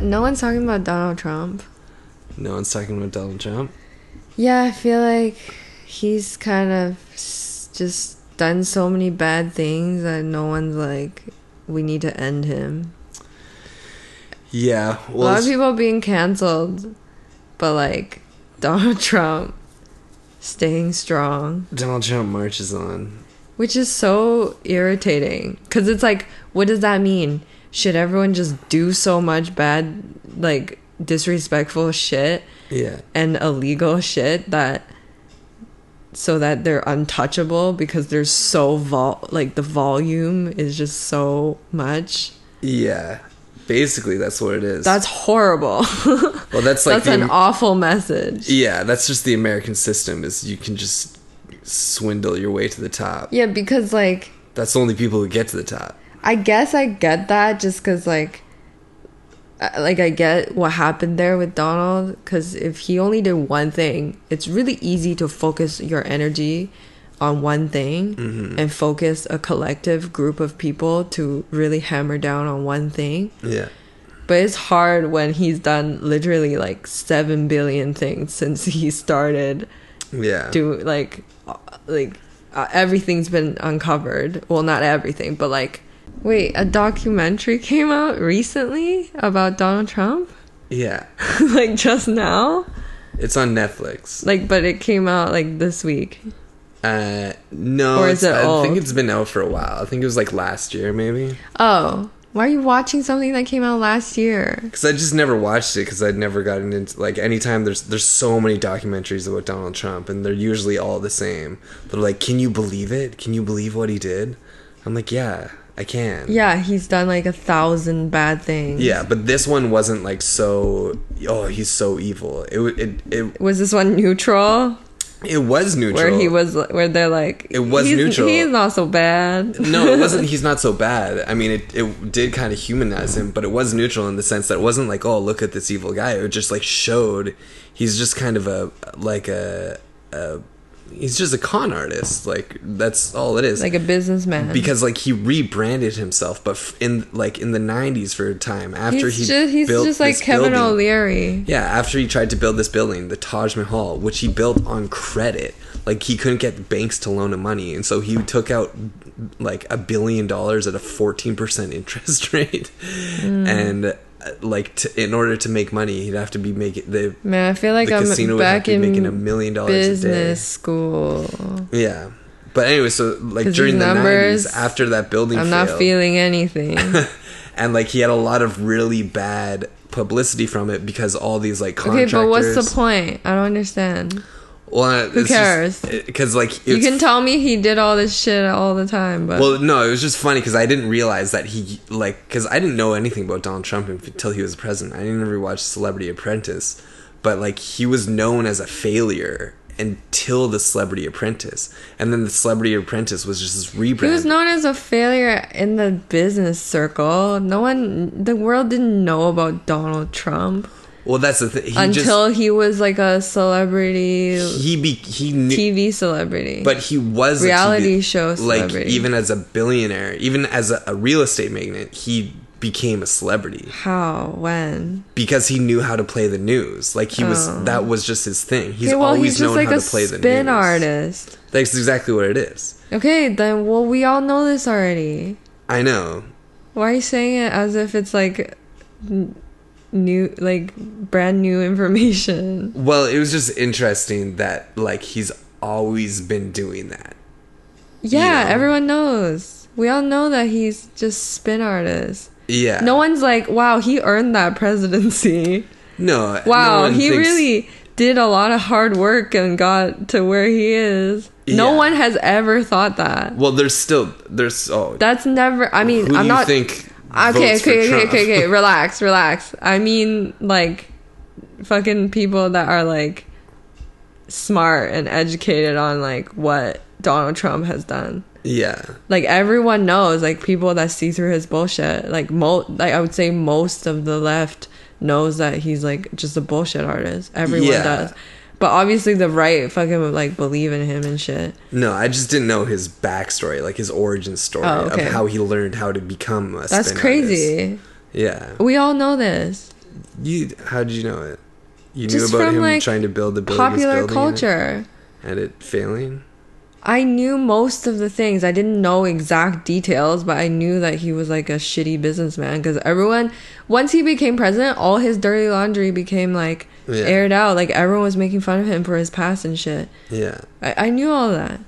no one's talking about Donald Trump. No one's talking about Donald Trump. Yeah, I feel like he's kind of s- just done so many bad things that no one's like, we need to end him. Yeah. Well, a lot of it's- people are being canceled, but like Donald Trump staying strong, Donald Trump marches on. which is so irritating because it's like, what does that mean? Should everyone just do so much bad, like disrespectful shit Yeah. and illegal shit that so that they're untouchable because they're so vol like the volume is just so much. Yeah. Basically, that's what it is. That's horrible. well, that's like That's the, an awful message. yeah. That's just the American system is you can just swindle your way to the top. Yeah, because like That's the only people who get to the top. I guess I get that just because like I- like I get what happened there with Donald because if he only did one thing, it's really easy to focus your energy on one thing and focus a collective group of people to really hammer down on one thing. Yeah. But it's hard when he's done literally like 7 billion things since he started Yeah. do like uh, like uh, everything's been uncovered well not everything but like wait a documentary came out recently about donald trump Yeah. like just now It's on Netflix. like but it came out like this week Uh, no, Or is it's- it I think old? it's been out for a while. I think it was like last year, maybe. oh why are you watching something that came out last year Because I just never watched it because I'd never gotten into like anytime there's there's so many documentaries about Donald Trump and they're usually all the same. They're like, can you believe it? Can you believe what he did? I'm like, yeah, I can. yeah he's done like a thousand bad things Yeah, but this one wasn't like so. Oh, he's so evil. It wa- it it was this one neutral it was neutral. where he was where they're like It was he's, neutral. he's not so bad no, it wasn't. He's not so bad. I mean, it it did kind of humanize him, but it was neutral in the sense that it wasn't like, oh, look at this evil guy. It just like showed he's just kind of a like a, a he's just a con artist. Like that's all it is. like a businessman because like he rebranded himself, but f- in like in the '90s for a time after he's he just he's built just like this Kevin building- O'Leary. Yeah, after he tried to build this building, the Taj Mahal, which he built on credit, like he couldn't get banks to loan him money, and so he took out like a billion dollars at a fourteen percent interest rate, Hmm. and uh, like to, in order to make money, he'd have to be making the Man, I feel like the casino I'm would have back to be in making a million dollars a day. business school. Yeah, but anyway, so like 'Cause during these the numbers, nineties, after that building, I'm not failed, feeling anything. and like he had a lot of really bad publicity from it because all these like okay, contractors. but what's the point? I don't understand. Well, who cares? Because like You it's- can tell me he did all this shit all the time, but Well, no, it was just funny because I didn't realize that he like because I didn't know anything about Donald Trump until he was president. I didn't ever watch Celebrity Apprentice, but like he was known as a failure until the Celebrity Apprentice, and then the Celebrity Apprentice was just this rebrand. he was known as a failure in the business circle. No one, the world didn't know about Donald Trump well, that's the thing. He until he was like a celebrity, just, he be he knew. TV celebrity. but he was Reality a TV, show like celebrity. even as a billionaire, even as a, a real estate magnate, he became a celebrity. how? When? because he knew how to play the news. Like he was, that was just his thing. He's Okay, Oh. well, always he's known just like how a to play the spin news. artist. That's exactly what it is. Okay, then well, we all know this already. I know. Why are you saying it as if it's like n- new, like brand new information? Well, it was just interesting that like he's always been doing that. Yeah, Yeah. everyone knows. We all know that he's just spin artist. Yeah. No one's like, wow, he earned that presidency. No. no Wow, one he thinks- really did a lot of hard work and got to where he is. No Yeah. one has ever thought that. Well, there's still there's oh. That's never. I mean, who do I'm you not. think? okay, votes for okay, okay, Trump? okay, okay. Relax, relax. I mean, like, fucking people that are like smart and educated on like what Donald Trump has done. yeah. Like everyone knows, like people that see through his bullshit. Like mo, like I would say most of the left knows that he's like just a bullshit artist. Everyone Yeah. does. But obviously the right fucking like believe in him and shit. No, I just didn't know his backstory, like his origin story Oh, okay. of how he learned how to become a. That's spin artist. crazy. Yeah. We all know this. You how did you know it? You Just knew about from, him like, trying to build the biggest Popular building and it- culture. and it failing. I knew most of the things. I didn't know exact details, but I knew that he was like a shitty businessman because everyone, once he became president, all his dirty laundry became like Yeah. aired out. Like everyone was making fun of him for his past and shit. Yeah, I, I knew all that.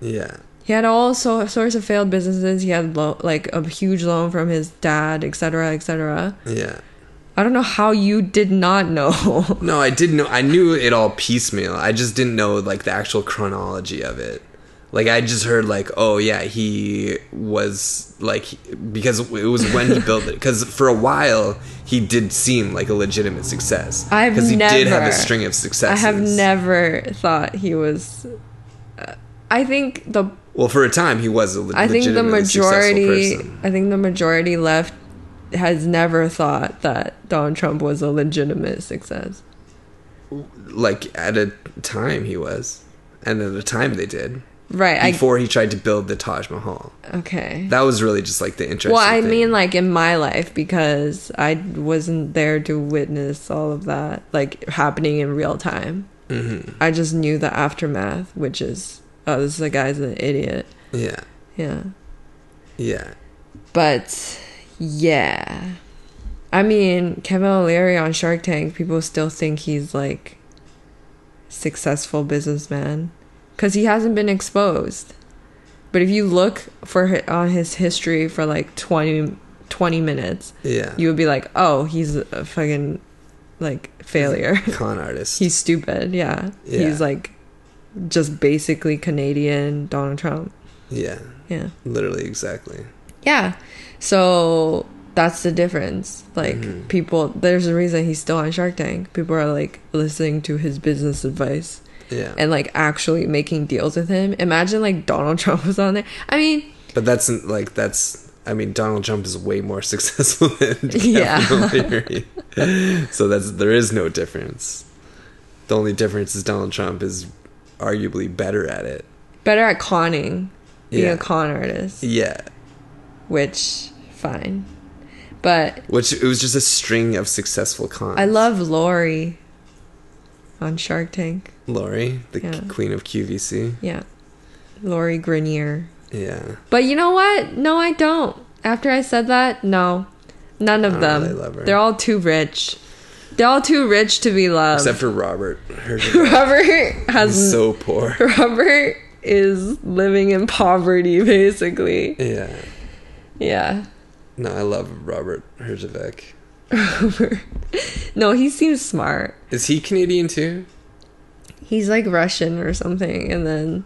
yeah, He had all so- sorts of failed businesses. He had lo- like a huge loan from his dad, etc., etc. yeah. I don't know how you did not know. No, I didn't know. I knew it all piecemeal. I just didn't know like the actual chronology of it. Like I just heard like, oh yeah, he was like because it was when he built it. Because for a while he did seem like a legitimate success. I've he did have never- a string of I successes. have never thought he was. uh, I think the Well, for a time he was a le- I think the legitimately successful majority person. I think the majority left has never thought that Donald Trump was a legitimate success. Like at a time he was, and at a time they did Right. before he tried to build the Taj Mahal. I okay. That was really just like the interesting. Well, I thing. mean like in my life because I wasn't there to witness all of that like happening in real time. Mm-hmm. I just knew the aftermath, which is oh this guy's an idiot. yeah, Yeah. yeah. But yeah. I mean, Kevin O'Leary on Shark Tank, people still think he's like successful businessman cuz he hasn't been exposed. But if you look for hi- on his history for like 20 20 minutes, Yeah. you would be like, "Oh, he's a fucking like failure. con artist. he's stupid." Yeah. Yeah. He's like just basically Canadian Donald Trump. yeah, Yeah. literally exactly. Yeah. So that's the difference. Like people there's a reason he's still on Shark Tank. People are like listening to his business advice Yeah. and like actually making deals with him. Imagine like Donald Trump was on there. I mean, but that's like that's I mean Donald Trump is way more successful than Yeah. Kevin O'Leary. so that's there is no difference. The only difference is Donald Trump is arguably better at it. better at conning, being Yeah. a con artist, Yeah. which fine. But Which it was just a string of successful cons. I love Lori on Shark Tank. Lori, the Yeah. queen of QVC. Yeah. Lori Grenier. Yeah. But you know what? No, I don't. After I said that, no, none of I don't them. really Oh, love her. They're all too rich. They're all too rich to be loved. Except for Robert. Her Robert has so poor. Robert is living in poverty basically. Yeah. Yeah. No, I love Robert Herjavec. No, he seems smart. Is he Canadian too? He's like Russian or something and then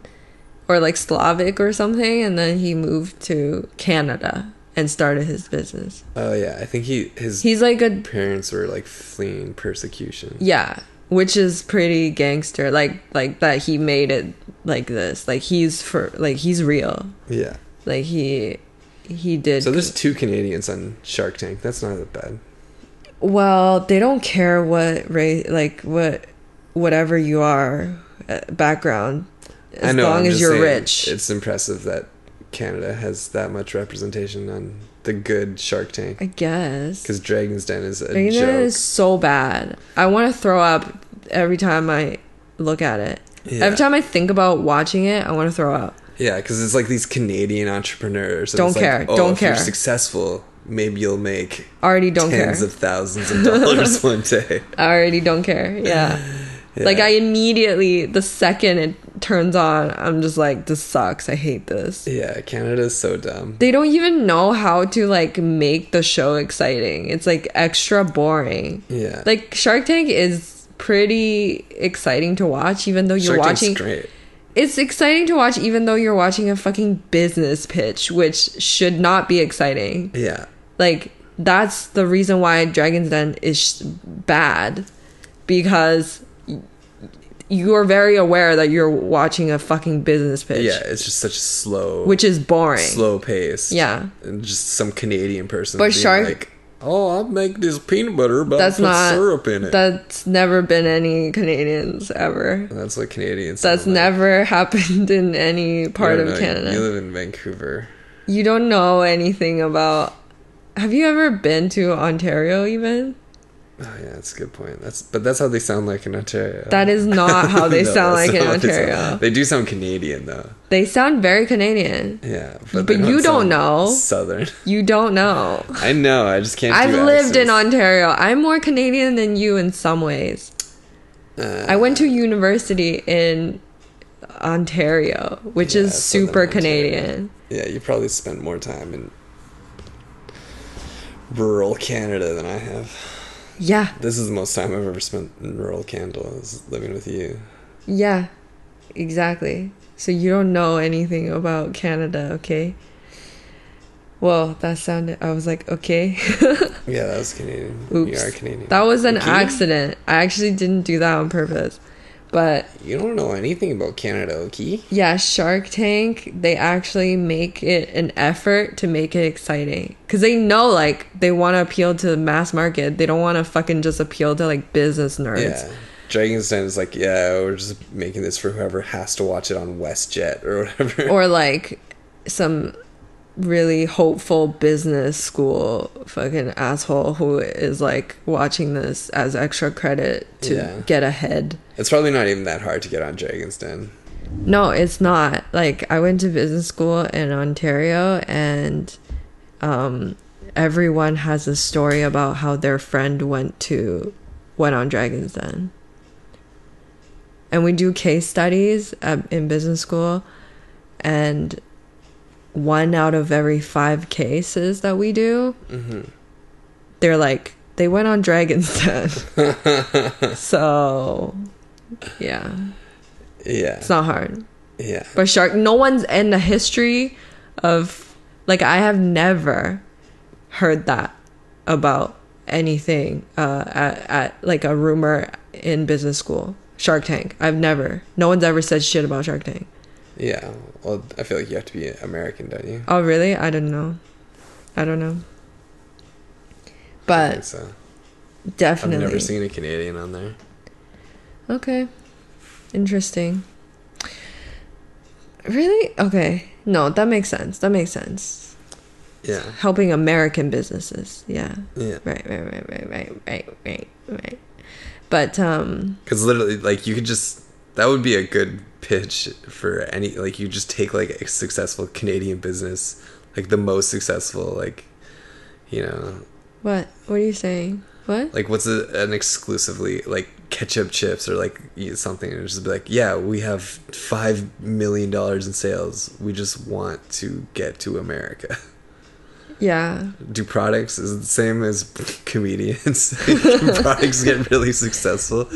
or like Slavic or something and then he moved to Canada and started his business. Oh yeah, I think he his He's like a parents were like fleeing persecution. Yeah, which is pretty gangster. Like like that he made it like this. Like he's for like he's real. Yeah. Like he he did So there's two Canadians on Shark Tank. That's not that bad. well, they don't care what race like what whatever you are uh, background as long I'm as just you're saying rich. It's impressive that Canada has that much representation on the good Shark Tank. I guess. Because Dragon's Den is a Like, joke. that is so bad. I want to throw up every time I look at it. Yeah. Every time I think about watching it, I want to throw up. Yeah, because it's like these Canadian entrepreneurs. and Don't it's like, care, oh, don't if you're care." successful, maybe you'll make Already don't tens care. of thousands of dollars one day. I already don't care. Yeah. Yeah. Like I immediately the second it turns on, I'm just like this sucks. I hate this. Yeah, Canada's so dumb. They don't even know how to like make the show exciting. It's like extra boring. Yeah. Like Shark Tank is pretty exciting to watch even though you're Shark Tank's watching great. It's exciting to watch even though you're watching a fucking business pitch which should not be exciting. Yeah. Like that's the reason why Dragon's Den is sh- bad because y- you are very aware that you're watching a fucking business pitch, Yeah, it's just such a slow. which is boring. slow pace. Yeah. and just some Canadian person. But being Shark- like, oh, I'll make this peanut butter, but That's I'll put not syrup in it. That's never been any Canadians ever. And that's what Canadians. That's sound like. never happened in any You part don't of know, Canada. You live in Vancouver. you don't know anything about. Have you ever been to Ontario even? Oh, yeah, that's a good point. That's but that's how they sound like in Ontario. That is not how they No, sound that's like in not how they sound. Ontario. They do sound Canadian though. They sound very Canadian. Yeah, But they you don't sound know. Southern. You don't know. I know. I just can't. I've do lived in accents. Ontario. I'm more Canadian than you in some ways. Uh, I went to university in Ontario, which Yeah, is Southern super Ontario. Canadian. yeah, you probably spend more time in rural Canada than I have. Yeah, This is the most time I've ever spent in rural Canada. Is living with you. yeah, exactly. So you don't know anything about Canada, okay? Well, that sounded. I was like, okay. Yeah, that was Canadian. Oops. You are Canadian. that was an Okay. accident. I actually didn't do that on purpose. But You don't know anything about Canada, okay? yeah, Shark Tank, they actually make it an effort to make it exciting. Because they know, like, they want to appeal to the mass market. They don't want to fucking just appeal to, like, business nerds. Yeah. Dragon's Den is like, yeah, we're just making this for whoever has to watch it on WestJet or whatever. or like some really hopeful business school fucking asshole who is like watching this as extra credit to Yeah. get ahead. it's probably not even that hard to get on Dragon's Den. No, it's not. Like I went to business school in Ontario and um everyone has a story about how their friend went to went on Dragon's Den. And we do case studies um, in business school and one out of every 5 cases that we do they're like they went on Dragon's Den. so yeah, Yeah. it's not hard. yeah. But shark, no one's in the history of like I have never heard that about anything uh, at, at like a rumor in business school. Shark Tank. I've never. No one's ever said shit about Shark Tank. Yeah. Well, I feel like you have to be American, don't you? Oh really? I don't know. I don't know. I think But so. I've definitely. never seen a Canadian on there. Okay. Interesting. Really? Okay. No, that makes sense. That makes sense. Yeah. Helping American businesses. Yeah. Yeah. Right, right, right, right, right, right, right, right. But um Because literally, like, you could just. That would be a good pitch for any. Like, you just take, like, a successful Canadian business, like, the most successful, like, you know, what what are you saying? What? like what's a, an exclusively like ketchup chips or like eat something and just be like yeah we have five million dollars in sales we just want to get to america Yeah. do products is it the same as comedians Do products get really successful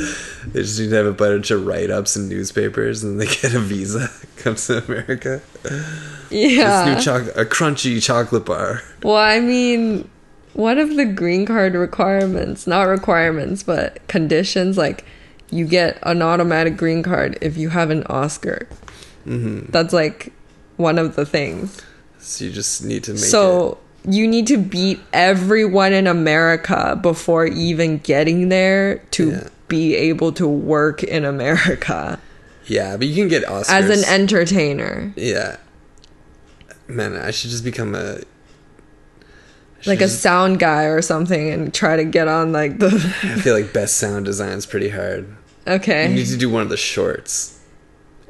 they just need to have a bunch of write-ups and newspapers and they get a visa comes to america Yeah. this new choc a crunchy chocolate bar well, I mean, one of the green card requirements, not requirements, but conditions like you get an automatic green card if you have an Oscar. Mm-hmm. That's like one of the things. so you just need to make so you need to beat everyone in America before even getting there to Yeah. be able to work in America it yeah but you can get Oscars. as an entertainer, Yeah. Man, I should just become a. I should like a just- sound guy or something, and try to get on like the I feel like best sound design is pretty hard. You okay, need to do one of the shorts,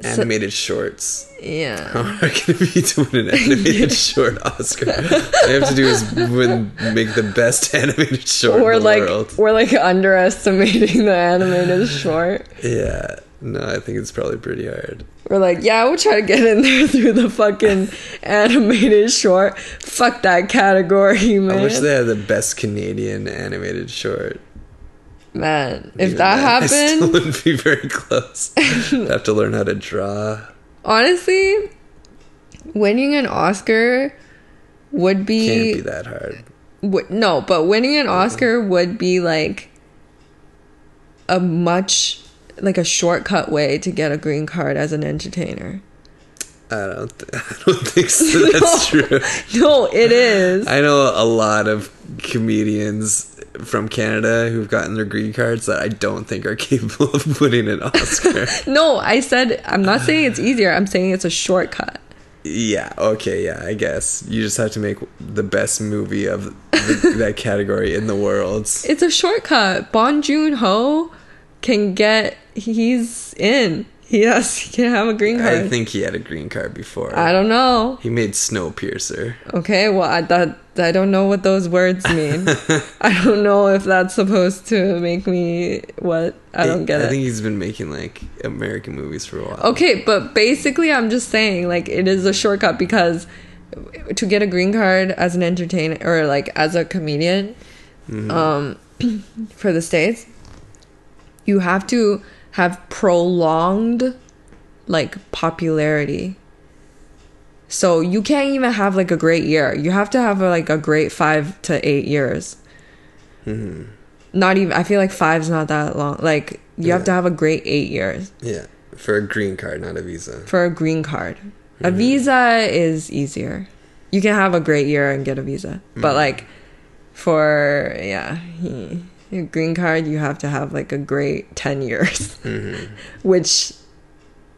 animated shorts. yeah. How hard can it be to win an animated short Oscar? All you have to do is win, make the best animated short We're in the like world. we're like underestimating the animated short. Yeah, no, I think it's probably pretty hard. We're like, yeah, we'll try to get in there through the fucking animated short. Fuck that category, man. I wish they had the best Canadian animated short. man, if Even that then, I still happened, wouldn't be very close. I'd have to learn how to draw. honestly, winning an Oscar would Can't be be, that hard. would- no, but winning an Oscar would be like a much like a shortcut way to get a green card as an entertainer. I don't, th- I don't think so. That's true. No, it is. I know a lot of comedians from Canada who've gotten their green cards that I don't think are capable of winning an Oscar. No, I said I'm not saying it's easier. I'm saying it's a shortcut. Yeah. Okay. Yeah. I guess you just have to make the best movie of the, that category in the world. It's a shortcut. Bon Joon Ho can get. He's in. He has. He can have a green card. I think he had a green card before. I don't know. He made Snowpiercer. Okay, well, I, that I don't know what those words mean. I don't know if that's supposed to make me what. I don't get I it. Oh. think he's been making like American movies for a while. Okay, but basically, I'm just saying, like, it is a shortcut because to get a green card as an entertainer or like as a comedian um, for the States, you have to have prolonged like popularity. So you can't even have like a great year. You have to have like a great five to eight years. Not even, I feel like five's not that long. Like, you have Yeah. to have a great eight years Yeah. For a green card, not a visa. for a green card. A visa is easier. You can have a great year and get a visa, but like for yeah, he, a green card, you have to have like a great ten years, which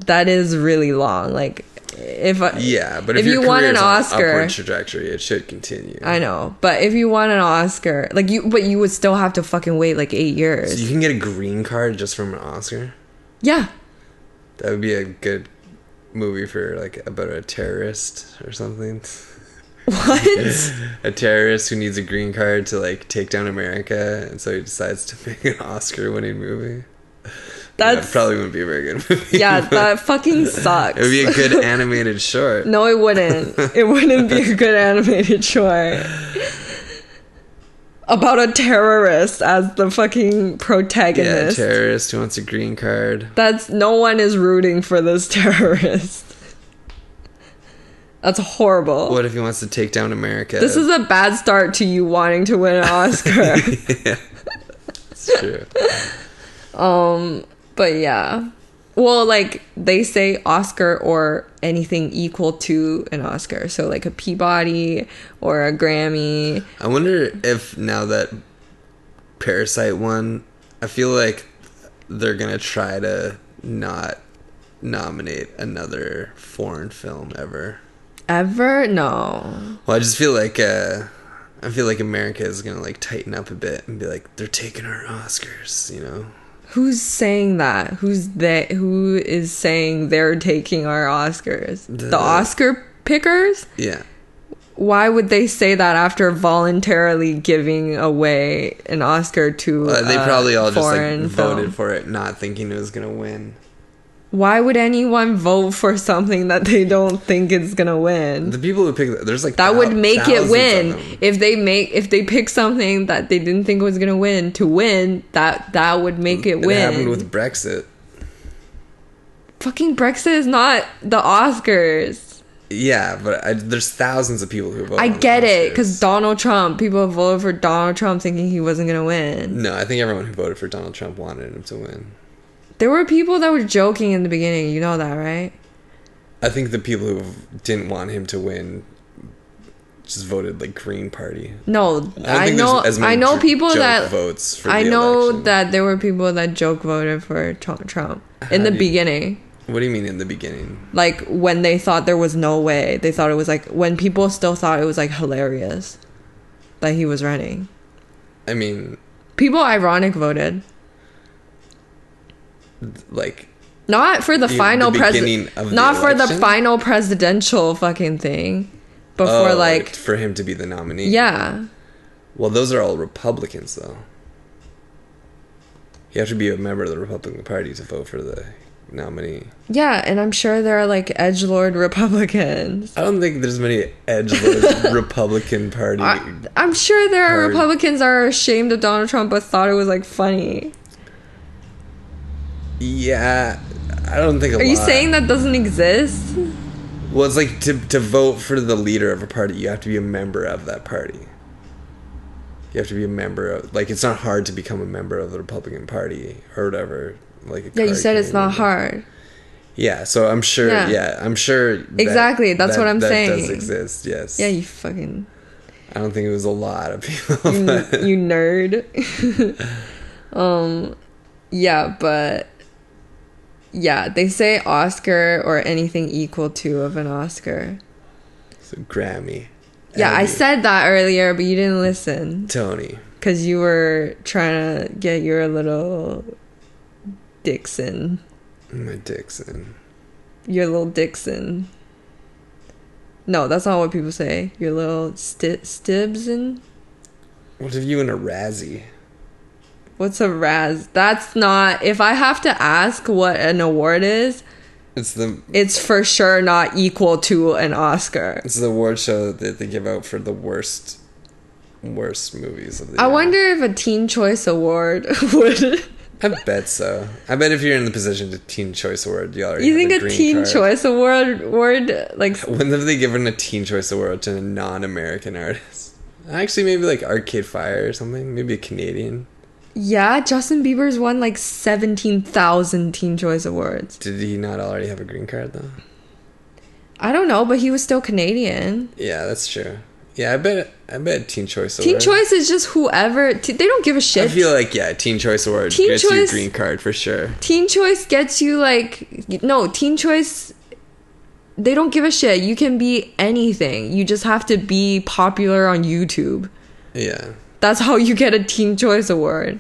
that is really long. Like if I, Yeah, but if, If your you want career an is on an Oscar- upward trajectory, it should continue. I know, but if you want an Oscar, like you, but you would still have to fucking wait like eight So years. you can get a green card just from an Oscar. yeah, That would be a good movie for like about a terrorist or something. what? A terrorist who needs a green card to like take down America, and so he decides to make an Oscar-winning movie. That's that probably wouldn't be a very good movie. yeah, but that fucking sucks. it would be a good animated short. No, it wouldn't. It wouldn't be a good animated short. About a terrorist as the fucking yeah, a protagonist. terrorist who wants a green card. That's no one is rooting for this terrorist. That's horrible. What if he wants to take down America? This is a bad start to you wanting to win an Oscar. It's true. Um, but yeah. Well, like they say Oscar or anything equal to an Oscar. So like a Peabody or a Grammy. I wonder if now that Parasite won, I feel like they're gonna try to not nominate another foreign film ever. Ever? No. Well, I just feel like uh, I feel like America is gonna like tighten up a bit and be like, they're taking our Oscars, you know? Who's saying that? Who's they? Who is saying they're taking our Oscars? The, The- Oscar pickers? Yeah, Why would they say that after voluntarily giving away an Oscar to? uh, they a probably all just like foreign film? voted for it, not thinking it was gonna win. Why would anyone vote for something that they don't think is gonna win? The people who pick there's like that thou- would make thousands it of win them. if they make if they pick something that they didn't think was gonna win to win. That that would make it, It win. happened with Brexit. Fucking Brexit is not the Oscars. Yeah, but I, there's thousands of people who vote. I on the get it because Oscars. Donald Trump. People voted for Donald Trump thinking he wasn't gonna win. No, I think everyone who voted for Donald Trump wanted him to win. There were people that were joking in the beginning. You know that, right? I think the people who didn't want him to win just voted like Green Party. No, don't I, think know. there's as many I know jo- people joke that votes. For I the know election. that there were people that joke voted for Trump, Trump in How the do you- beginning. What do you mean in the beginning? Like when they thought there was no way, they thought it was like when people still thought it was like hilarious that he was running. I mean, People ironic voted. like Not for the The- final the beginning president. of the Not for the election? final presidential fucking thing. But for oh, like for him to be the nominee. yeah. Well, those are all Republicans though. You have to be a member of the Republican Party to vote for the nominee. Yeah, and I'm sure there are like edgelord Republicans. I don't think there's many edgelord Republican Party. I, I'm sure there are Or- Republicans that are ashamed of Donald Trump but thought it was like funny. Yeah, I don't think. A Are you lot. saying that doesn't exist? Well, it's like to to vote for the leader of a party, you have to be a member of that party. You have to be a member of like it's not hard to become a member of the Republican Party or whatever. Like a Yeah, you card said it's carrying not member. hard. Yeah, so I'm sure. Yeah. Yeah, I'm sure. that- Exactly, that's that- what I'm that Does saying. exist? Yes. Yeah, you fucking I don't think it was a lot of people. you, but- you nerd. um yeah, but Yeah, they say Oscar or anything equal to of an Oscar. So Grammy. Yeah, I Emmy, said that earlier, but you didn't listen Tony. because you were trying to get your little Dixon, My Dixon. your little Dixon. No, that's not what people say. Your little sti- Stibson. What if you and a Razzie? What's a Raz? That's not. If I have to ask what an award is, It's the it's for sure not equal to an Oscar. it's the award show that they give out for the worst worst movies of the I year. wonder if a Teen Choice Award would. I bet so. I bet if you're in the position to Teen Choice Award, you already you have think a green Teen card. Choice Award award like When have they given a Teen Choice Award to a non-American artist? Actually, maybe like Arcade Fire or something. Maybe a Canadian. yeah, Justin Bieber's won like seventeen thousand Teen Choice Awards. Did he not already have a green card though? I don't know, but he was still Canadian. Yeah, that's true. Yeah, I bet. I bet Teen Choice Award. Teen Choice is just whoever t- they don't give a shit. I feel like yeah, Teen Choice Award Teen gets you a Choice- green card for sure. Teen Choice gets you like no Teen Choice. They don't give a shit. You can be anything. You just have to be popular on YouTube. Yeah. That's how you get a Teen Choice Award.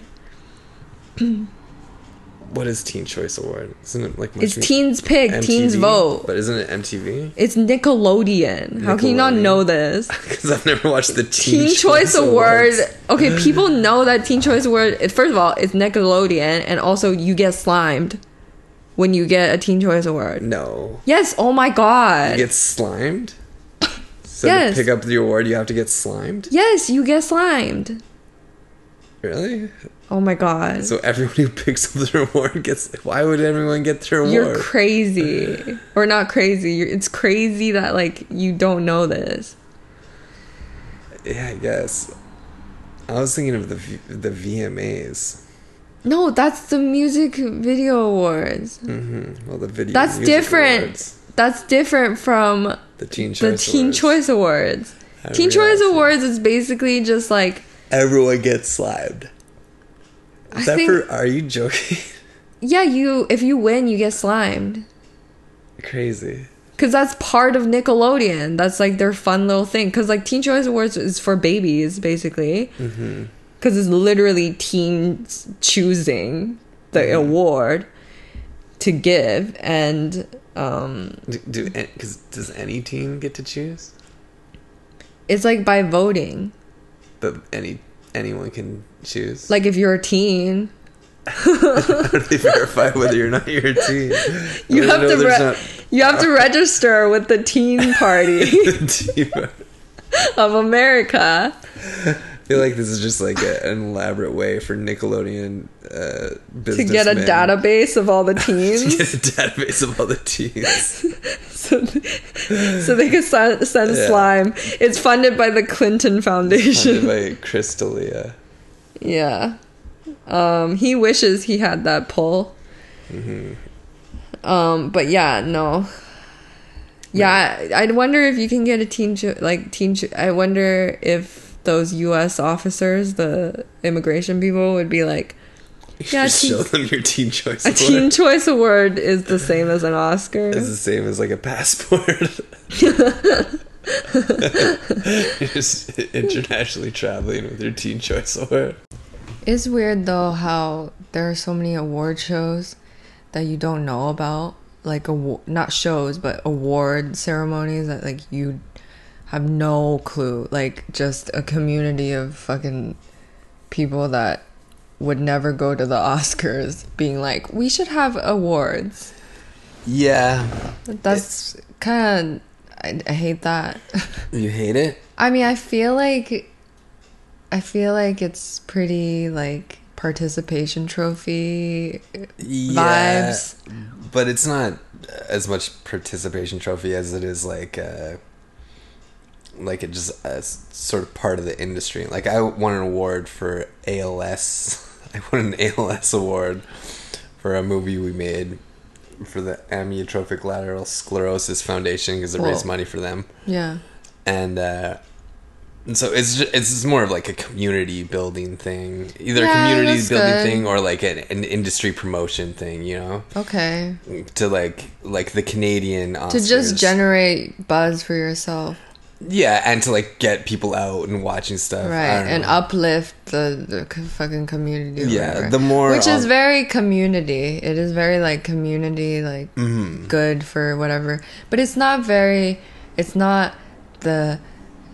What is Teen Choice Award? Isn't it like It's MTV? Teens Pick, Teens MTV? Vote. But isn't it MTV? It's Nickelodeon. How can you not Nickelodeon. know this? Because I've never watched the Teen, Teen Choice Award. Awards. Uh. Okay, people know that Teen Choice Award. it- First of all, it's Nickelodeon, and also you get slimed when you get a Teen Choice Award. No. Yes. Oh my God. You get slimed? So Yes. to pick up the award, you have to get slimed? yes, you get slimed. Really? Oh my God. So everyone who picks up their award gets. Why would everyone get their award? You're crazy, or not crazy? You're, it's crazy that like you don't know this. yeah, I guess. I was thinking of the V- the VMAs. No, that's the Music Video Awards. Mm-hmm. Well, the video. That's music different. awards. That's different from The Teen the Choice. Teen awards. Choice Awards. I Teen Choice realize that. Awards is basically just like Everyone gets slimed. I Is that think for? Are you joking? yeah, you if you win you get slimed Crazy. because that's part of Nickelodeon. That's like their fun little thing because like Teen Choice Awards is for babies basically because Mm-hmm. it's literally teens choosing the Mm-hmm. award to give and um Do, do cause does any team get to choose? it's like by voting. But any anyone can choose. Like if you're a teen, How do they verify whether you're not your team? you I have know to there's re- you have to register with the teen party. not a team. of America. I feel like this is just like a, an elaborate way for Nickelodeon uh, to get businessmen a database of all the to teams get a database of all the teams. so, so they could send, send Yeah. slime. It's funded by the Clinton Funded Foundation. by Crystalia. yeah. Um, he wishes he had that pull. Mm-hmm. Um, but yeah, no. Yeah, I- I'd wonder if you can get a teen, cho- like teen. Cho- I wonder if those U.S. officers, the immigration people, would be like, You Yeah, just teen- show them your Teen Choice a Award. Teen Choice Award is the same as an Oscar. It's the same as like a passport. You're just internationally traveling with your Teen Choice Award. It's weird though how there are so many award shows that you don't know about, like awa- not shows but award ceremonies that like you have no clue. Like just a community of fucking people that would never go to the Oscars being like, "We should have awards." Yeah. That's kind of I, I hate that. You hate it? I mean, I feel like I feel like it's pretty like participation trophy vibes. But it's not as much participation trophy as it is like uh like it just uh, s- sort of part of the industry. Like I won an award for ALS. I won an ALS award for a movie we made for the Amyotrophic Lateral Sclerosis Foundation because it raised Whoa. money for them. Yeah. And uh And so it's just, it's just more of like a community building thing, either a Yeah, community that's building good. thing or like an, an industry promotion thing, you know, Okay. to like like the Canadian To Oscars. just generate buzz for yourself. yeah, and to like get people out and watching stuff, I Right. don't And know. uplift the, the c- fucking community. or Yeah, whatever. the more um, Which is I'll- very community. It is very like community, like Mm-hmm. good for whatever. But it's not very. It's not the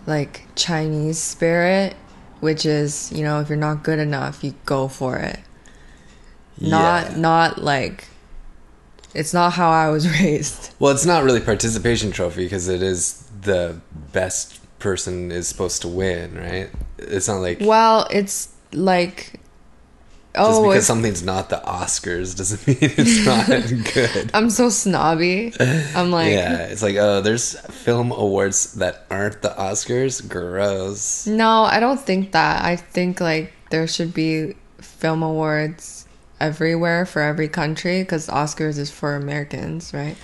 like Chinese spirit, which is, you know, if you're not good enough, you go for it. Not, Yeah. not like. It's not how I was raised. Well, it's not really participation trophy because it is the best person is supposed to win, right? It's not like Well, it's like. just Oh, because it's something's not the Oscars doesn't mean it's not good. I'm so snobby. I'm like, yeah, it's like oh, there's film awards that aren't the Oscars. Gross. no, I don't think that. I think like there should be film awards everywhere for every country because Oscars is for Americans, right?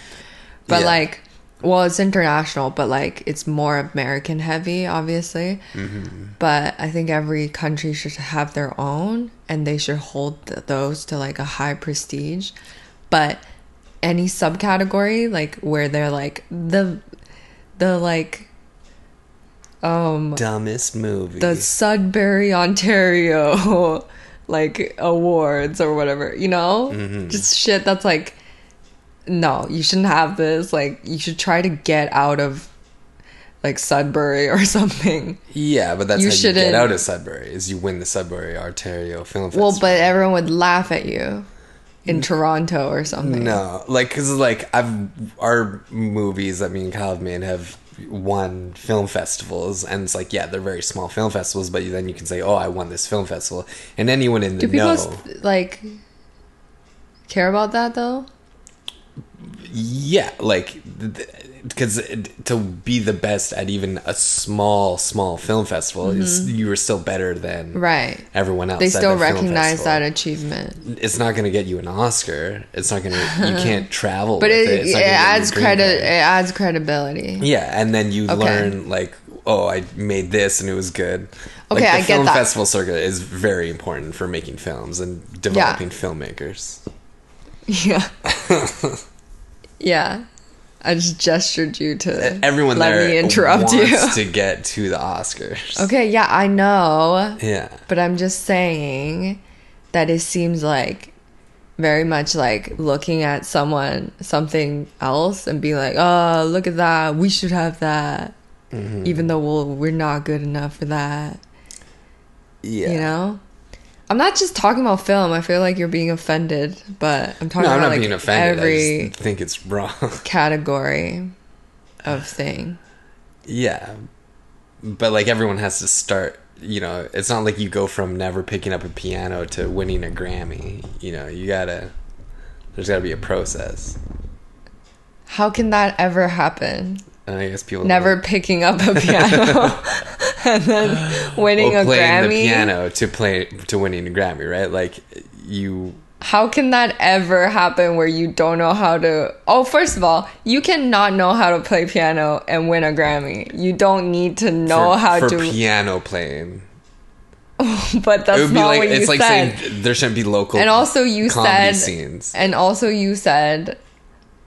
But Yeah. like, well, it's international, but like it's more American heavy, obviously. But I think every country should have their own, and they should hold th- those to like a high prestige. But any subcategory, like where they're like the the like Um, Dumbest movie. the Sudbury, Ontario, like awards or whatever, you know? Just shit that's like, no, you shouldn't have this. Like, you should try to get out of like Sudbury or something. yeah, but that's You how you get shouldn't- out of Sudbury is you win the Sudbury Ontario Film Festival. Well, but everyone would laugh at you in Toronto or something. No, like because like I've our movies that me and Kyle have made have won film festivals, and it's like yeah, they're very small film festivals, but then you can say oh, I won this film festival, and anyone in the Do people know, s- like care about that though? yeah, like because to be the best at even a small small film festival is you were still better than Mm-hmm. Right. everyone else. They at still the film recognize festival. that achievement. it's not going to get you an Oscar. It's not going to you can't travel. But with it, it, it, It's not gonna get you a adds green credit card. it adds credibility. Yeah, and then you Okay. learn like, oh, I made this and it was good. Like, the Okay, I get film that. festival circuit is very important for making films and developing filmmakers. Yeah. yeah. I just gestured you to Everyone let there me interrupt you. wants to get to the Oscars. okay, yeah, I know, Yeah. but I'm just saying that it seems like very much like looking at someone something else and being like, "Oh, look at that. We should have that." Mm-hmm. Even though we'll, we're not good enough for that, Yeah. you know. I'm not just talking about film. I feel like you're being offended, but I'm talking no, I'm about not like being offended. every I just think it's wrong. category of thing. yeah. But like everyone has to start, you know, it's not like you go from never picking up a piano to winning a Grammy. You know, you gotta, there's gotta be a process. How can that ever happen? And I guess people don't Never picking up a piano and then winning Well, a oh, playing Grammy. the piano to play to winning a Grammy, right? Like you, How can that ever happen where you don't know how to? Oh, first of all, you cannot know how to play piano and win a Grammy. You don't need to know for, how for to. piano playing. but that's It would be not like what you it's like said. saying there shouldn't be local and also you comedy said. scenes. And also you said,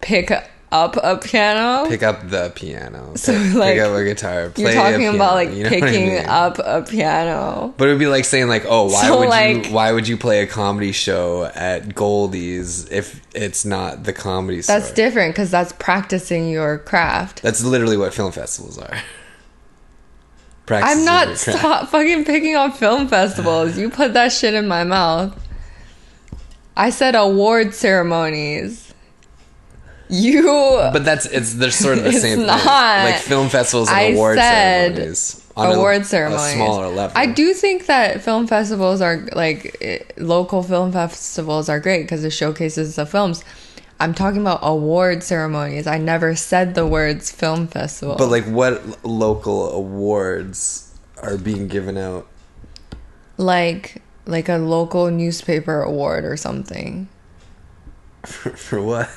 pick up a piano. Pick up the piano. So, pick, like, pick up a guitar. Play You're a talking about piano, like you know what I picking mean? up a piano. But it would be like saying like, oh, why So, would like- you why would you play a comedy show at Goldie's if it's not the comedy That's store? different because that's practicing your craft. That's literally what film festivals are. I'm Practicing your not craft. stop fucking picking on film festivals. You put that shit in my mouth. I said award ceremonies. You But that's it's they're sort of the It's same not. thing. Like film festivals and I award said ceremonies. a- award ceremonies. A smaller level. I do think that film festivals are like eh, local film festivals are great because it showcases the films. I'm talking about award ceremonies. I never said the words film festival. But like what l- local awards are being given out? like like a local newspaper award or something For what?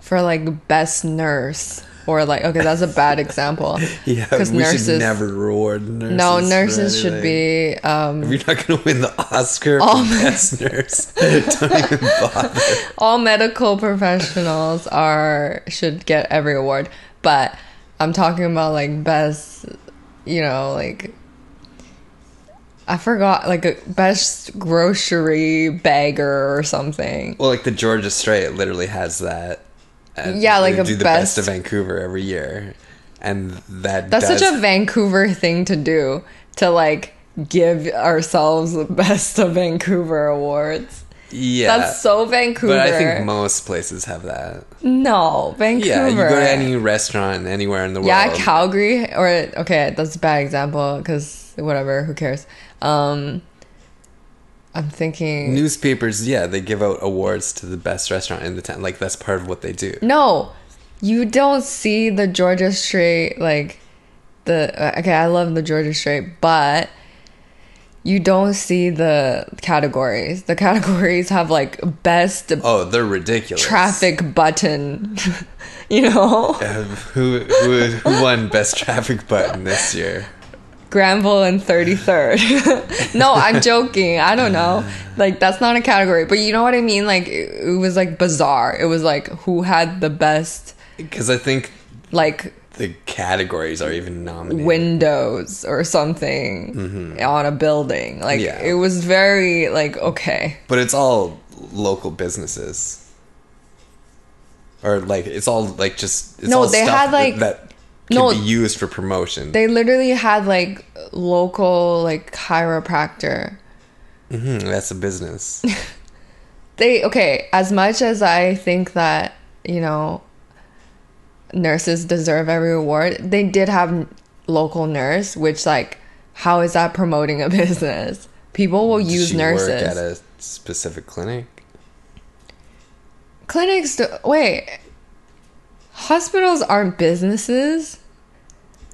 for like best nurse or like okay, that's a bad example. Yeah, we should never reward nurses. no for nurses should anything. be um, You're not gonna win the Oscar for Oh my- best nurse. Don't even bother. all medical professionals are should get every award but i'm talking about like best you know like i forgot like a best grocery bagger or something Well, like the Georgia Strait literally has that. And Yeah, like they a do the best- best. of Vancouver every year, and that that's does, such a vancouver thing to do to like give ourselves the best of vancouver awards yeah. that's so vancouver but I think most places have that. no vancouver Yeah, you go to any restaurant anywhere in the world. Yeah, Calgary or okay, that's a bad example because whatever, who cares? Um, I'm thinking Newspapers, yeah, they give out awards to the best restaurant in the town. Like that's part of what they do. no, you don't see the Georgia Strait like the uh, okay. I love the Georgia Strait, but you don't see the categories. The categories have like best Oh, they're ridiculous. traffic button, you know. Um, who, who who won best traffic button this year? Granville and 33rd. no, I'm joking. I don't know. Like, that's not a category. But you know what I mean? Like, it, it was like bizarre. It was like who had the best, Because I think like, the categories are even nominated. windows or something on a building. Like, Mm-hmm. Yeah. it was very, like, okay. But it's all local businesses. Or like it's all like just it's No, all they stuff had, like- that can No. be used for promotion. They literally had, like, local, like, chiropractor. Mhm, that's a business. they okay as much as i think that you know nurses deserve every award they did have local nurse which like how is that promoting a business people will Does use she nurses work at a specific clinic. clinics do- wait hospitals aren't businesses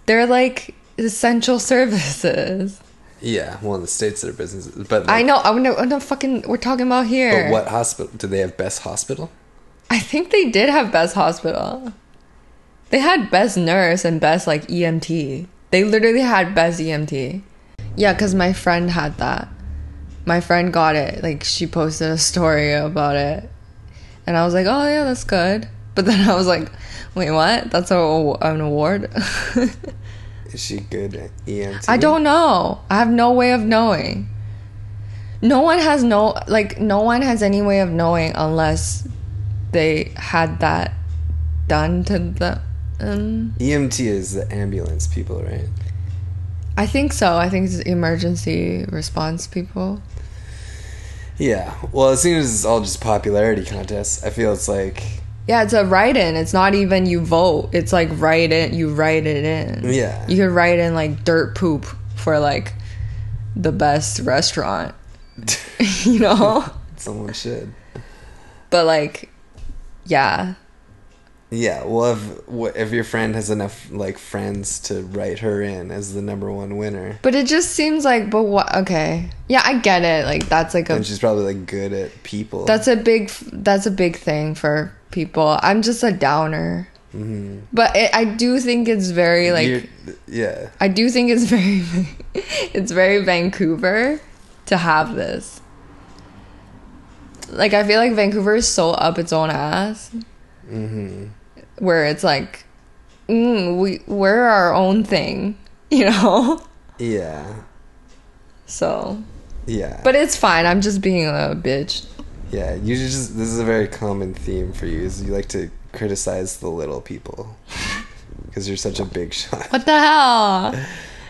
they're like essential services Yeah, well, in the states they're businesses, but i like, know i'm not, I'm not fucking we're talking about here But what hospital do they have? Best hospital? I think they did have best hospital. They had best nurse and best like EMT. They literally had best EMT. Yeah, because my friend had that. My friend got it. Like she posted a story about it, and I was like, "Oh yeah, that's good." But then I was like, "Wait, what? That's a, an award?" Is she good at E EMT? I don't know. I have no way of knowing. No one has no like no one has any way of knowing unless they had that done to them. Um, EMT E is the ambulance people, right? I think so. I think it's emergency response people. Yeah. Well, as soon as it's all just popularity contests, I feel it's like Yeah, it's a write-in. It's not even you vote. It's like write it. You write it in. Yeah. You could write in like dirt poop for like the best restaurant. you know. someone should. But like, yeah. Yeah, well, if wh- if your friend has enough like friends to write her in as the number one winner, But it just seems like, but what? Okay, yeah, I get it. Like that's like a then she's probably like good at people. that's a big that's a big thing for people. I'm just a downer, but it, I do think it's very like You're- yeah, I do think it's very it's very Vancouver to have this. Like I feel like Vancouver is so up its own ass, where it's like, mm, we we're our own thing, you know. yeah, So yeah, But it's fine. I'm just being a bitch. yeah. You just this is a very common theme for you. Is you like to criticize the little people because you're such a big shot. What the hell?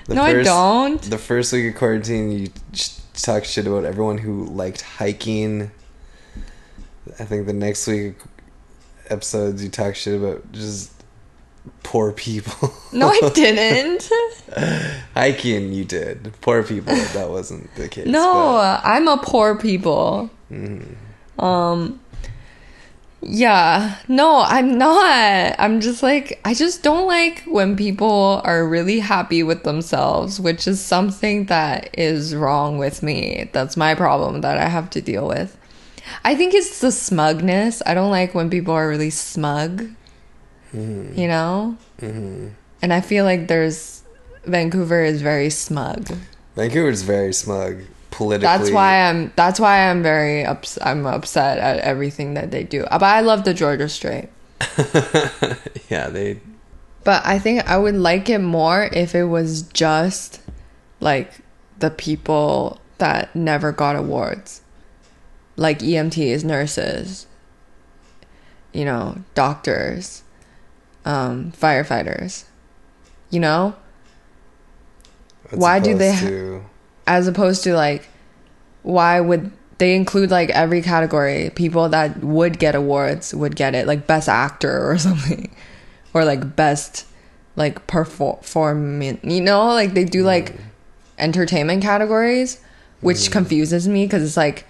The no, I don't. The first week of quarantine, you sh- talked shit about everyone who liked hiking. I think the next week episodes, you talk shit about just poor people. No, I didn't. hiking, you did. Poor people, that wasn't the case. no, I'm a poor people. Um. Yeah. No, I'm not. I'm just like I just don't like when people are really happy with themselves, which is something that is wrong with me. That's my problem that I have to deal with. I think it's the smugness. I don't like when people are really smug. You know? And I feel like there's Vancouver is very smug. Vancouver's very smug politically. That's why I'm that's why I'm very ups- I'm upset at everything that they do. Uh, But I love the Georgia Strait. yeah, they But I think I would like it more if it was just like the people that never got awards, like EMTs, nurses, you know, doctors, um, firefighters, you know, as Why do they opposed ha- to- as opposed to like, why would they include like every category? People that would get awards would get it, like best actor or something, or like best like perform, you know, like they do like entertainment categories, which confuses me because it's like,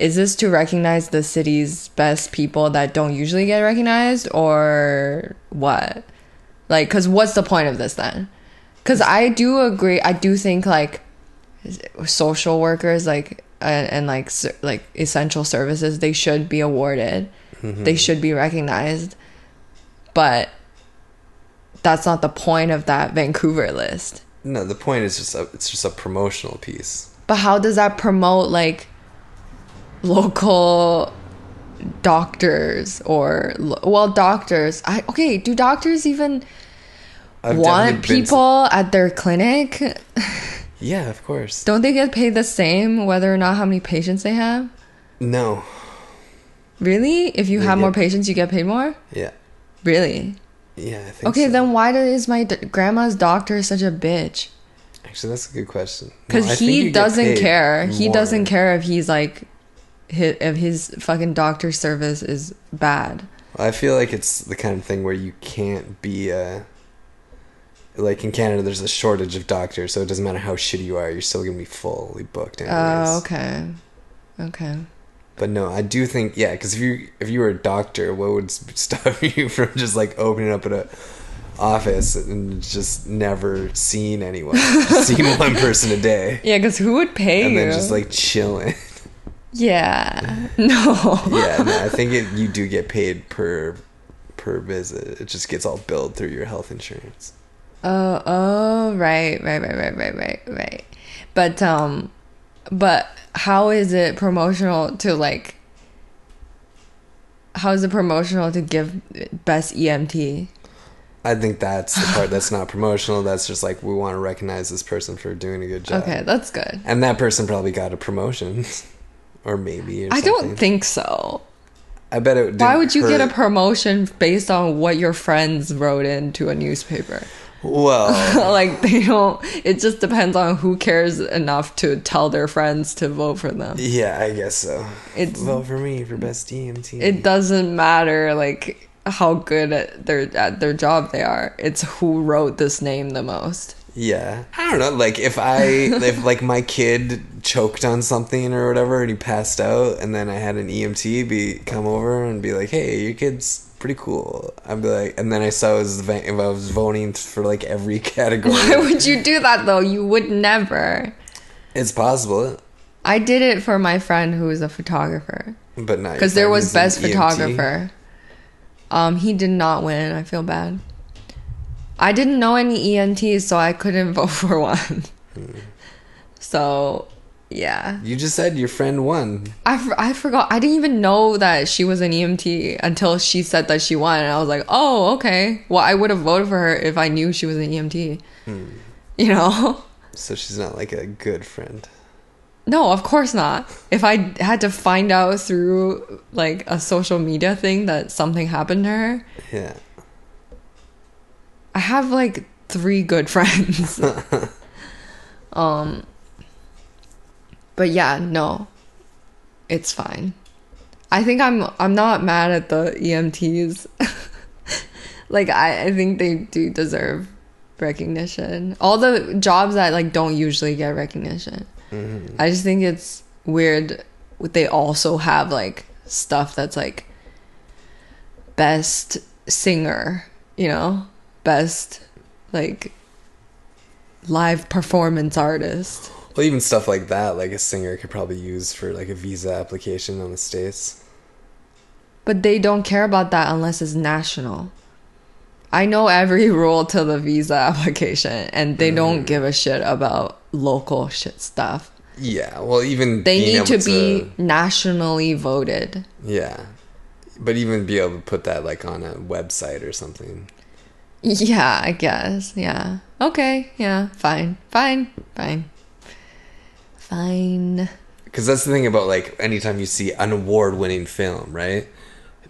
is this to recognize the city's best people that don't usually get recognized or what? Like, because what's the point of this then? Because I do agree, I do think like social workers like and, and like ser- like essential services they should be awarded Mm-hmm. they should be recognized but that's not the point of that vancouver list No, the point is just a, it's just a promotional piece. but how does that promote like local doctors or lo- well doctors i okay do doctors even I've want definitely been s- people at their clinic yeah, of course. don't they get paid the same whether or not how many patients they have No. Really? If you They have more get- patients, you get paid more? Yeah. Really? Yeah, I think. Okay, so. then why do- is my d- grandma's doctor such a bitch? Actually, that's a good question. No, I Because think you he get doesn't paid care. He more. doesn't care if he's like, hi- if his fucking doctor service is bad. I feel like it's the kind of thing where you can't be a. Like in Canada, there's a shortage of doctors, so it doesn't matter how shitty you are, you're still gonna be fully booked. Oh, Anyways. okay. Okay. But no, I do think yeah, because if you if you were a doctor, what would s- stop you from just like opening up an office and just never seeing anyone, just seeing one person a day, Yeah, because who would pay and you? then just like chilling? yeah. No. yeah, no, I think it, you do get paid per per visit. It just gets all billed through your health insurance. Oh, oh, right, right, right, right, right, right, right. But um, but how is it promotional to like? How is it promotional to give best E EMT? I think that's the part that's not promotional. That's just like we want to recognize this person for doing a good job. Okay, that's good. And that person probably got a promotion, or maybe. Or I something. don't think so. I bet it. Didn't Why would you get a hurt. promotion based on what your friends wrote into a newspaper? Well, like they don't. It just depends on who cares enough to tell their friends to vote for them. yeah, I guess so. It's Vote for me for best EMT. it doesn't matter like how good at their at their job they are. It's who wrote this name the most. yeah, I don't know. Like if I if like my kid choked on something or whatever and he passed out, and then I had an EMT be come over and be like, "Hey, your kid's pretty cool." I'd be like, and then I saw his va- if I was voting for like every Why category. would you do that though? You would never. it's possible, I did it for my friend who is a photographer but not E because there was best EMT. photographer. Um, he did not win. I feel bad. I didn't know any ENTs, so I couldn't vote for one. So, yeah. You just said your friend won. I, for- I forgot. I didn't even know that she was an EMT until she said that she won. And I was like, oh, okay. Well, I would have voted for her if I knew she was an EMT. You know? So she's not like a good friend. No, of course not. If I had to find out through like a social media thing that something happened to her, Yeah. I have like three good friends. um, but yeah, no, it's fine. I think I'm I'm not mad at the EMTs. like I, I think they do deserve recognition. All the jobs that like don't usually get recognition. Mm-hmm. I just think it's weird. They also have like stuff that's like best singer, you know, best like live performance artist. Well, even stuff like that, like a singer could probably use for like a visa application on the states. But they don't care about that unless it's national. I know every rule to the visa application, and they don't Mm. give a shit about local shit stuff. Yeah. Well, even They being need to able be nationally voted. yeah, but even be able to put that like on a website or something. Yeah, I guess. Yeah. Okay. Yeah. Fine. Fine. Fine. Fine. Because that's the thing about like anytime you see an award-winning film, right?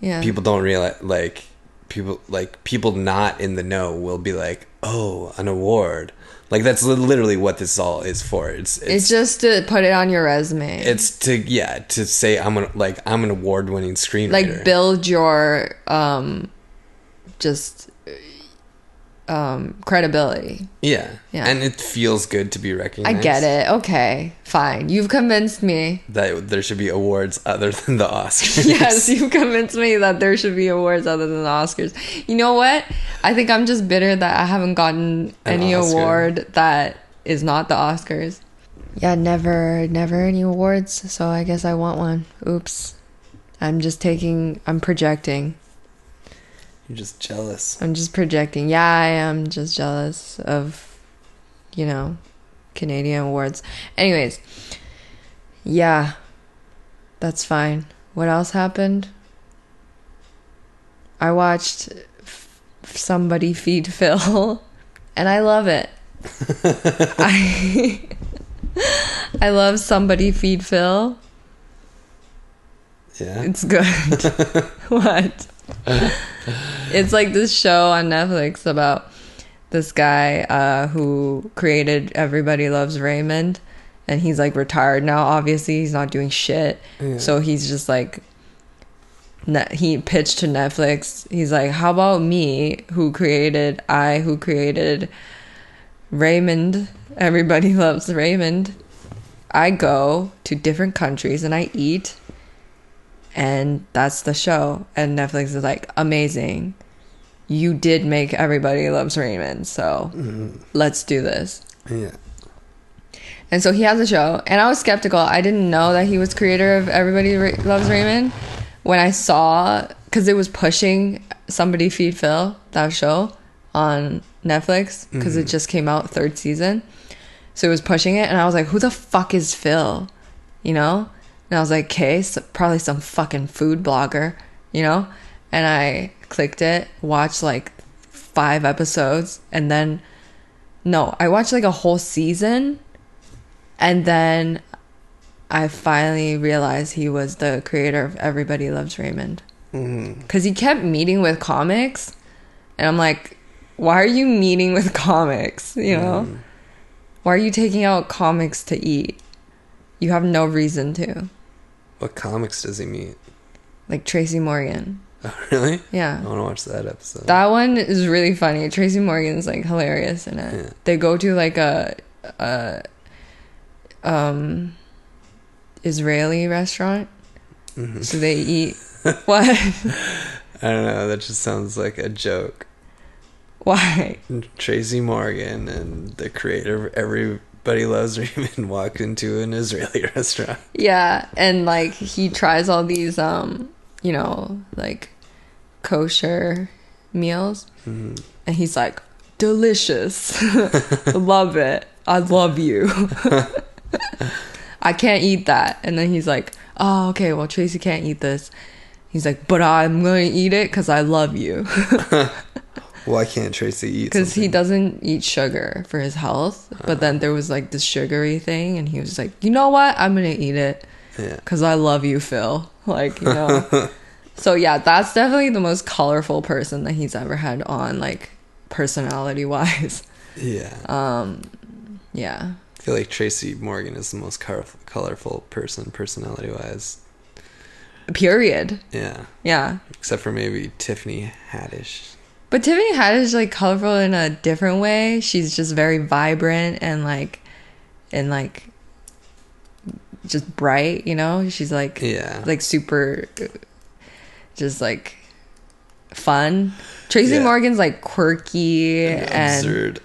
Yeah. people don't realize like people like people not in the know will be like oh an award like that's li- literally what this all is for it's it's it's just to put it on your resume. it's to yeah to say i'm an like i'm an award winning screenwriter like build your um just um credibility. yeah Yeah. and it feels good to be I recognized get it. Okay. Fine. You've convinced me. that there should be awards other than the oscars Yes, you've convinced me that there should be awards other than the Oscars. You know what? I think I'm just bitter that I haven't gotten An any Oscar. award that is not the Oscars. Yeah, never, never any awards. So I guess I want one. Oops. I'm just taking, I'm projecting. you're just jealous I'm just projecting. Yeah, I am just jealous of, you know, Canadian awards. Anyways, yeah, that's fine. What else happened? I watched f- somebody feed Phil, and I love it. I I love somebody feed Phil. yeah It's good. what? it's like this show on Netflix about this guy uh, who created Everybody Loves Raymond, and he's like retired now. Obviously, he's not doing shit, Yeah. so he's just like. Net, he pitched to Netflix. He's like, "How about me, who created I, who created Raymond? Everybody loves Raymond. I go to different countries and I eat and that's the show. And Netflix is like, amazing. You did make everybody loves Raymond, so let's do this. yeah And so he has a show, and I was skeptical. I didn't know that he was creator of Everybody Ra- Loves Raymond. When I saw, because it was pushing somebody feed Phil that show on Netflix because it just came out third season, so it was pushing it, and I was like, "Who the fuck is Phil?" You know, and I was like, "Okay, so probably some fucking food blogger," you know, and I clicked it, watched like five episodes, and then no, I watched like a whole season. And then I finally realized he was the creator of Everybody Loves Raymond. Mm-hmm. Because he kept meeting with comics. And I'm like, why are you meeting with comics? You know? Why are you taking out comics to eat? You have no reason to. what comics does he meet Like Tracy Morgan. oh really Yeah. i want to watch that episode That one is really funny. Tracy Morgan's like hilarious in it. Yeah. They go to like a, a um Israeli restaurant. So they eat what? i don't know that just sounds like a joke Why? Tracy Morgan and the creator of Everybody Loves Raymond walked into an Israeli restaurant. Yeah, and like he tries all these um, you know, like kosher meals. And he's like, "Delicious. love it. I love you." I can't eat that. And then he's like, "Oh, okay. Well, Tracy can't eat this." He's like, "But I'm going to eat it cuz I love you." Why can't Tracy eat? because he something? doesn't eat sugar for his health. But then there was like this sugary thing, and he was like, you know what? I'm gonna eat it Yeah. because I love you, Phil. Like, you know. so yeah, that's definitely the most colorful person that he's ever had on, like personality wise. Yeah, Uh. yeah, I feel like Tracy Morgan is the most color- colorful person, personality wise. period. Yeah, Yeah. except for maybe Tiffany Haddish. But Tiffany Haddish like colorful in a different way. She's just very vibrant and like, and like, just bright. You know, she's like Yeah, like super uh, just like fun. Tracy Yeah. Morgan's like quirky and absurd.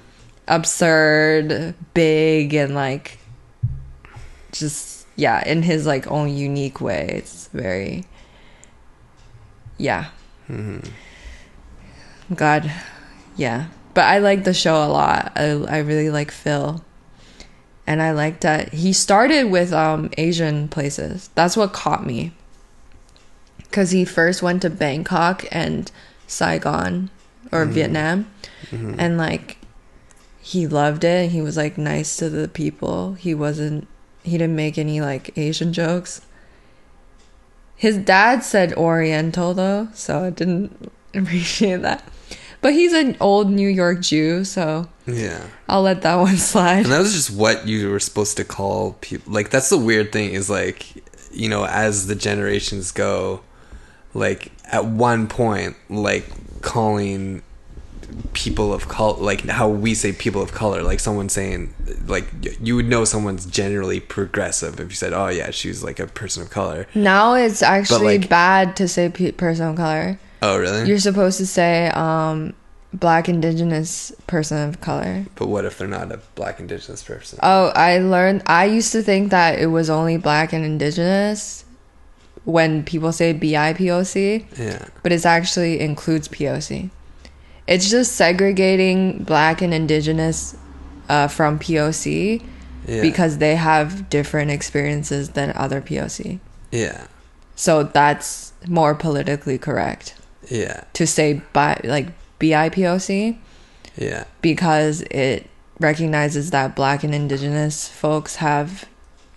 absurd, big and like just yeah, in his like own unique way. It's very yeah. God, yeah. But I like the show a lot. I I really like Phil. And I like that he started with um Asian places. That's what caught me. Cuz he first went to Bangkok and Saigon or Vietnam and like he loved it. He was like nice to the people. He wasn't he didn't make any like Asian jokes. His dad said Oriental though, so I didn't appreciate that. But he's an old New York Jew, so Yeah. I'll let that one slide. And that was just what you were supposed to call people. Like that's the weird thing is like, you know, as the generations go, like at one point, like calling people of color, like how we say people of color, like someone saying, like y- you would know someone's generally progressive if you said, oh yeah, she was like a person of color. Now it's actually like- bad to say pe- person of color. Oh really? You're supposed to say um, black indigenous person of color. but what if they're not a black indigenous person? Oh, I learned. I used to think that it was only black and indigenous when people say BIPOC, yeah. but it's actually includes POC. It's just segregating black and indigenous uh, from POC Yeah. because they have different experiences than other POC. yeah. So that's more politically correct Yeah. to say bi- like BIPOC Yeah. because it recognizes that black and indigenous folks have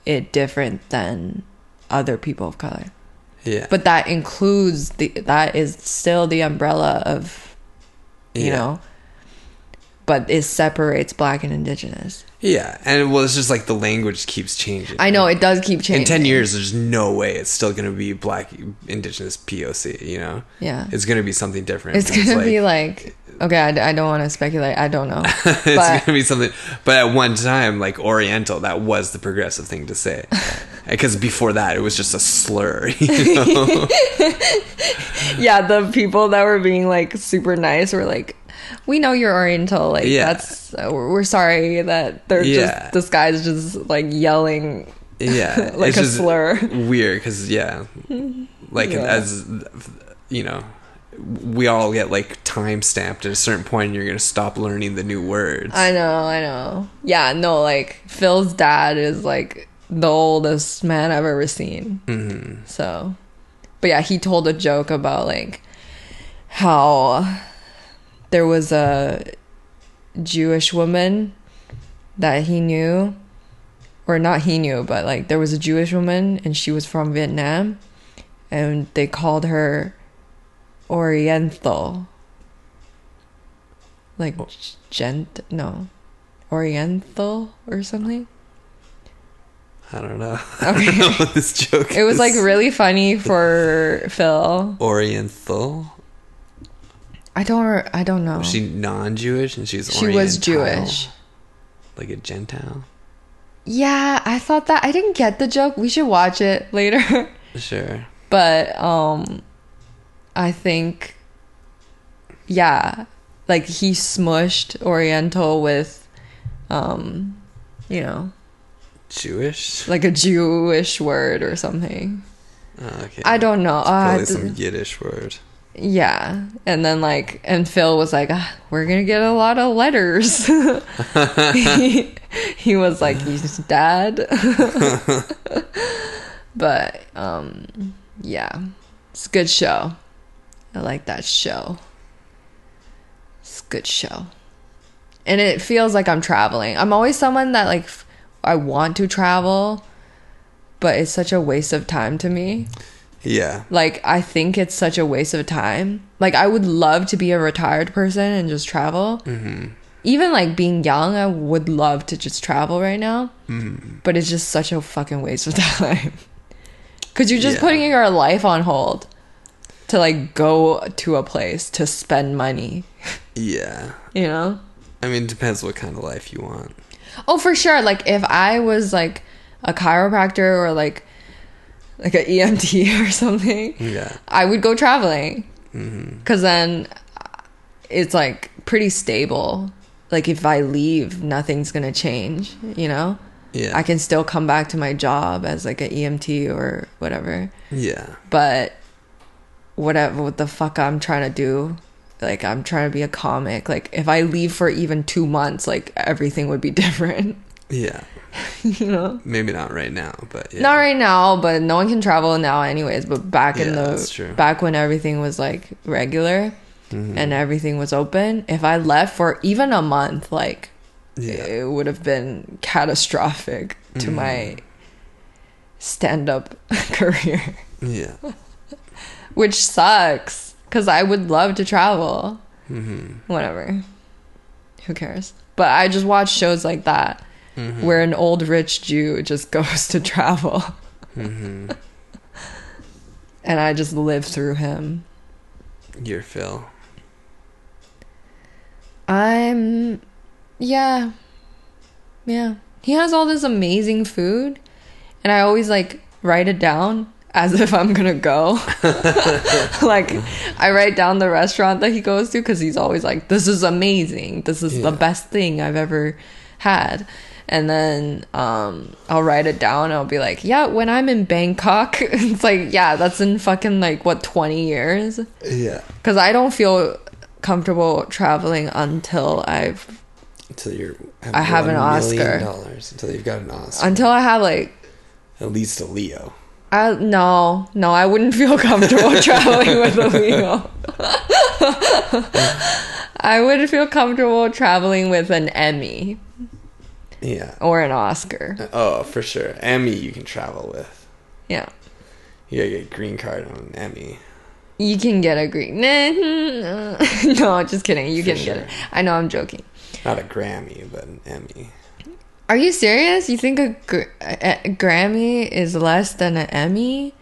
it different than other people of color. Yeah. But that includes the that is still the umbrella of you Yeah. know but it separates black and indigenous. Yeah, and it was just like the language keeps changing. I know it does keep changing. in 10 years there's no way it's still going to be black indigenous poc you know Yeah. it's going to be something different It's going to be like okay, I, I don't want to speculate. I don't know. it's but- going to be something but at one time like oriental that was the progressive thing to say because before that it was just a slur you know? yeah, the people that were being like super nice were like, "We know you're Oriental. Like, Yeah. that's we're sorry that they're Yeah. just this guy's just like yelling." yeah Like it's a just slur. weird because yeah like Yeah. as you know we all get like time stamped at a certain point and you're going to stop learning the new words I know, I know. Yeah, no, like Phil's dad is like the oldest man I've ever seen. Mm-hmm. So, but yeah, he told a joke about like how there was a Jewish woman that he knew, or not he knew, but like there was a Jewish woman and she was from Vietnam, and they called her Oriental. Like gent no, Oriental or something. i don't know i don't know Okay, what this joke it was like is. really funny for Phil. oriental I don't re- I don't know. Was she non-Jewish and she's Oh. She was Oriental? Jewish. like a Gentile? Yeah, I thought that I didn't get the joke. We should watch it later. Sure. but um I think yeah, like he smushed Oriental with um you know, Jewish. like a Jewish word or something. Oh, okay. I don't know. Oh, I Probably had to- some Yiddish word. yeah. And then like and Phil was like, ah, "We're going to get a lot of letters." he, he was like, "He's dad." but um yeah. It's a good show. I like that show. It's a good show. And it feels like I'm traveling. I'm always someone that like f- I want to travel, but it's such a waste of time to me Yeah. like I think it's such a waste of time. Like I would love to be a retired person and just travel. Mm-hmm. Even like being young, I would love to just travel right now. But it's just such a fucking waste of time. Cause you're just Yeah. putting your life on hold to like go to a place to spend money. Yeah. You know? I mean, it depends what kind of life you want. Oh, for sure. Like if I was like a chiropractor or like like an EMT or something, Yeah. I would go traveling Mm-hmm. because then it's like pretty stable. Like if I leave, nothing's gonna change, you know. Yeah. I can still come back to my job as like an EMT or whatever. Yeah. But whatever what the fuck I'm trying to do, like I'm trying to be a comic. Like if I leave for even two months, like everything would be different. Yeah. You know? Maybe not right now, but yeah. Not right now, but no one can travel now anyways. But back in Yeah, the that's true. Mm-hmm. back when everything was like regular and everything was open, if I left for even a month, like Yeah. it would have been catastrophic to my stand up career, Yeah. which sucks because I would love to travel. Mm-hmm. Whatever. Who cares? But I just watch shows like that Mm-hmm. Hmm. where an old rich Jew just goes to travel. Mm-hmm. and I just live through him. Your Phil. I'm. Yeah. Yeah. He has all this amazing food, and I always like write it down as if I'm gonna go. like, I write down the restaurant that he goes to because he's always like, this is amazing. This is Yeah. the best thing I've ever had. And then um, I'll write it down. I'll be like, yeah, when I'm in Bangkok, it's like, yeah, that's in fucking like, what, 20 years? Yeah. because I don't feel comfortable traveling until I've Until you're. I have an $1 million Oscar. Dollars, until you've got an Oscar. until I have like At least a Leo. I no no I wouldn't feel comfortable traveling with a Leo. I would feel comfortable traveling with an Emmy Yeah. or an Oscar. Oh, for sure. Emmy you can travel with. Yeah. You gotta get a green card on an Emmy. You can get a green. no, just kidding. You For can get it. sure. I know I'm joking. Not a Grammy, but an Emmy. Are you serious? You think a, gr- a, a Grammy is less than an Emmy?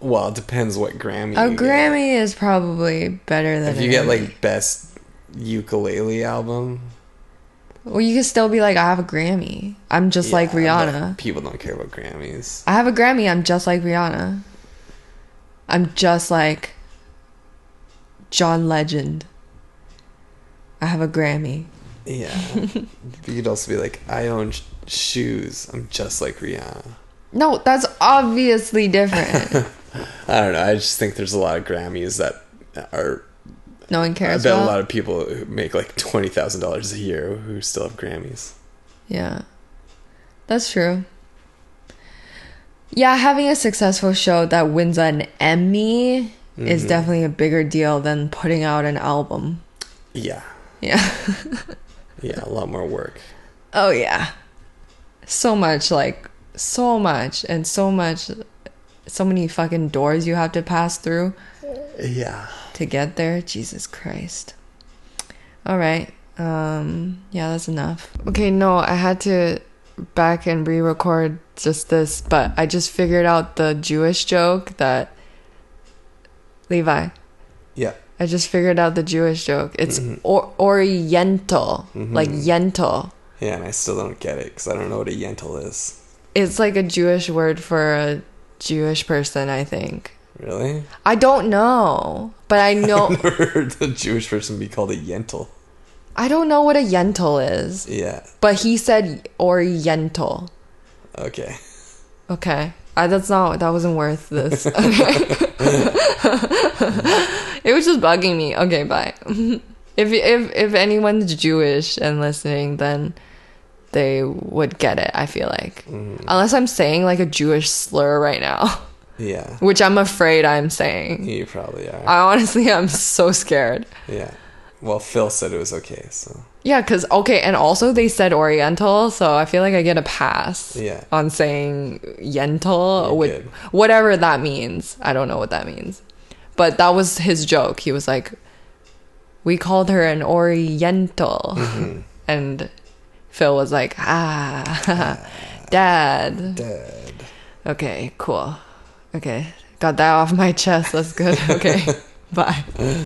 Well, it depends what Grammy. you A get. Grammy is probably better than If an you get Emmy. like best ukulele album, Well, you could still be like, I have a Grammy. I'm just like yeah, Rihanna. but People don't care about Grammys. I have a Grammy. I'm just like Rihanna. I'm just like John Legend. I have a Grammy. Yeah. you could also be like, I own sh- shoes. I'm just like Rihanna. No, that's obviously different. I don't know. I just think there's a lot of Grammys that are. No one I cares. bet about. a lot of people who make like twenty thousand dollars a year who still have Grammys. Yeah. That's true. Yeah, having a successful show that wins an Emmy Mm-hmm. is definitely a bigger deal than putting out an album. Yeah, Yeah. yeah, a lot more work. Oh yeah. So much like so much and so much so many fucking doors you have to pass through Yeah, to get there. Jesus Christ. All right. Um yeah, that's enough. Okay, no, I had to back and re-record just this, but I just figured out the Jewish joke that Levi, yeah, I just figured out the Jewish joke. It's or- oriental, like yental. yeah. And I still don't get it because I don't know what a yentl is. It's like a Jewish word for a Jewish person, I think. Really? I don't know, but I know Never heard a Jewish person be called a yentl. I don't know what a yental is, Yeah. but he said oriental. Okay. Okay. I, that's not that wasn't worth this. it was just bugging me. Okay, bye. if if if anyone's Jewish and listening, then they would get it, I feel like. Unless I'm saying like a Jewish slur right now, Yeah. which I'm afraid I'm saying. You probably are. I honestly am so scared. yeah. Well, Phil said it was okay, so Yeah, because, okay, and also they said Oriental, so I feel like I get a pass Yeah. on saying Yental, You're with, good. whatever that means. I don't know what that means. But that was his joke. He was like, we called her an Oriental. Mm-hmm. and Phil was like, ah, dad. dead. Okay, cool. Okay, got that off my chest. That's good. Okay, bye.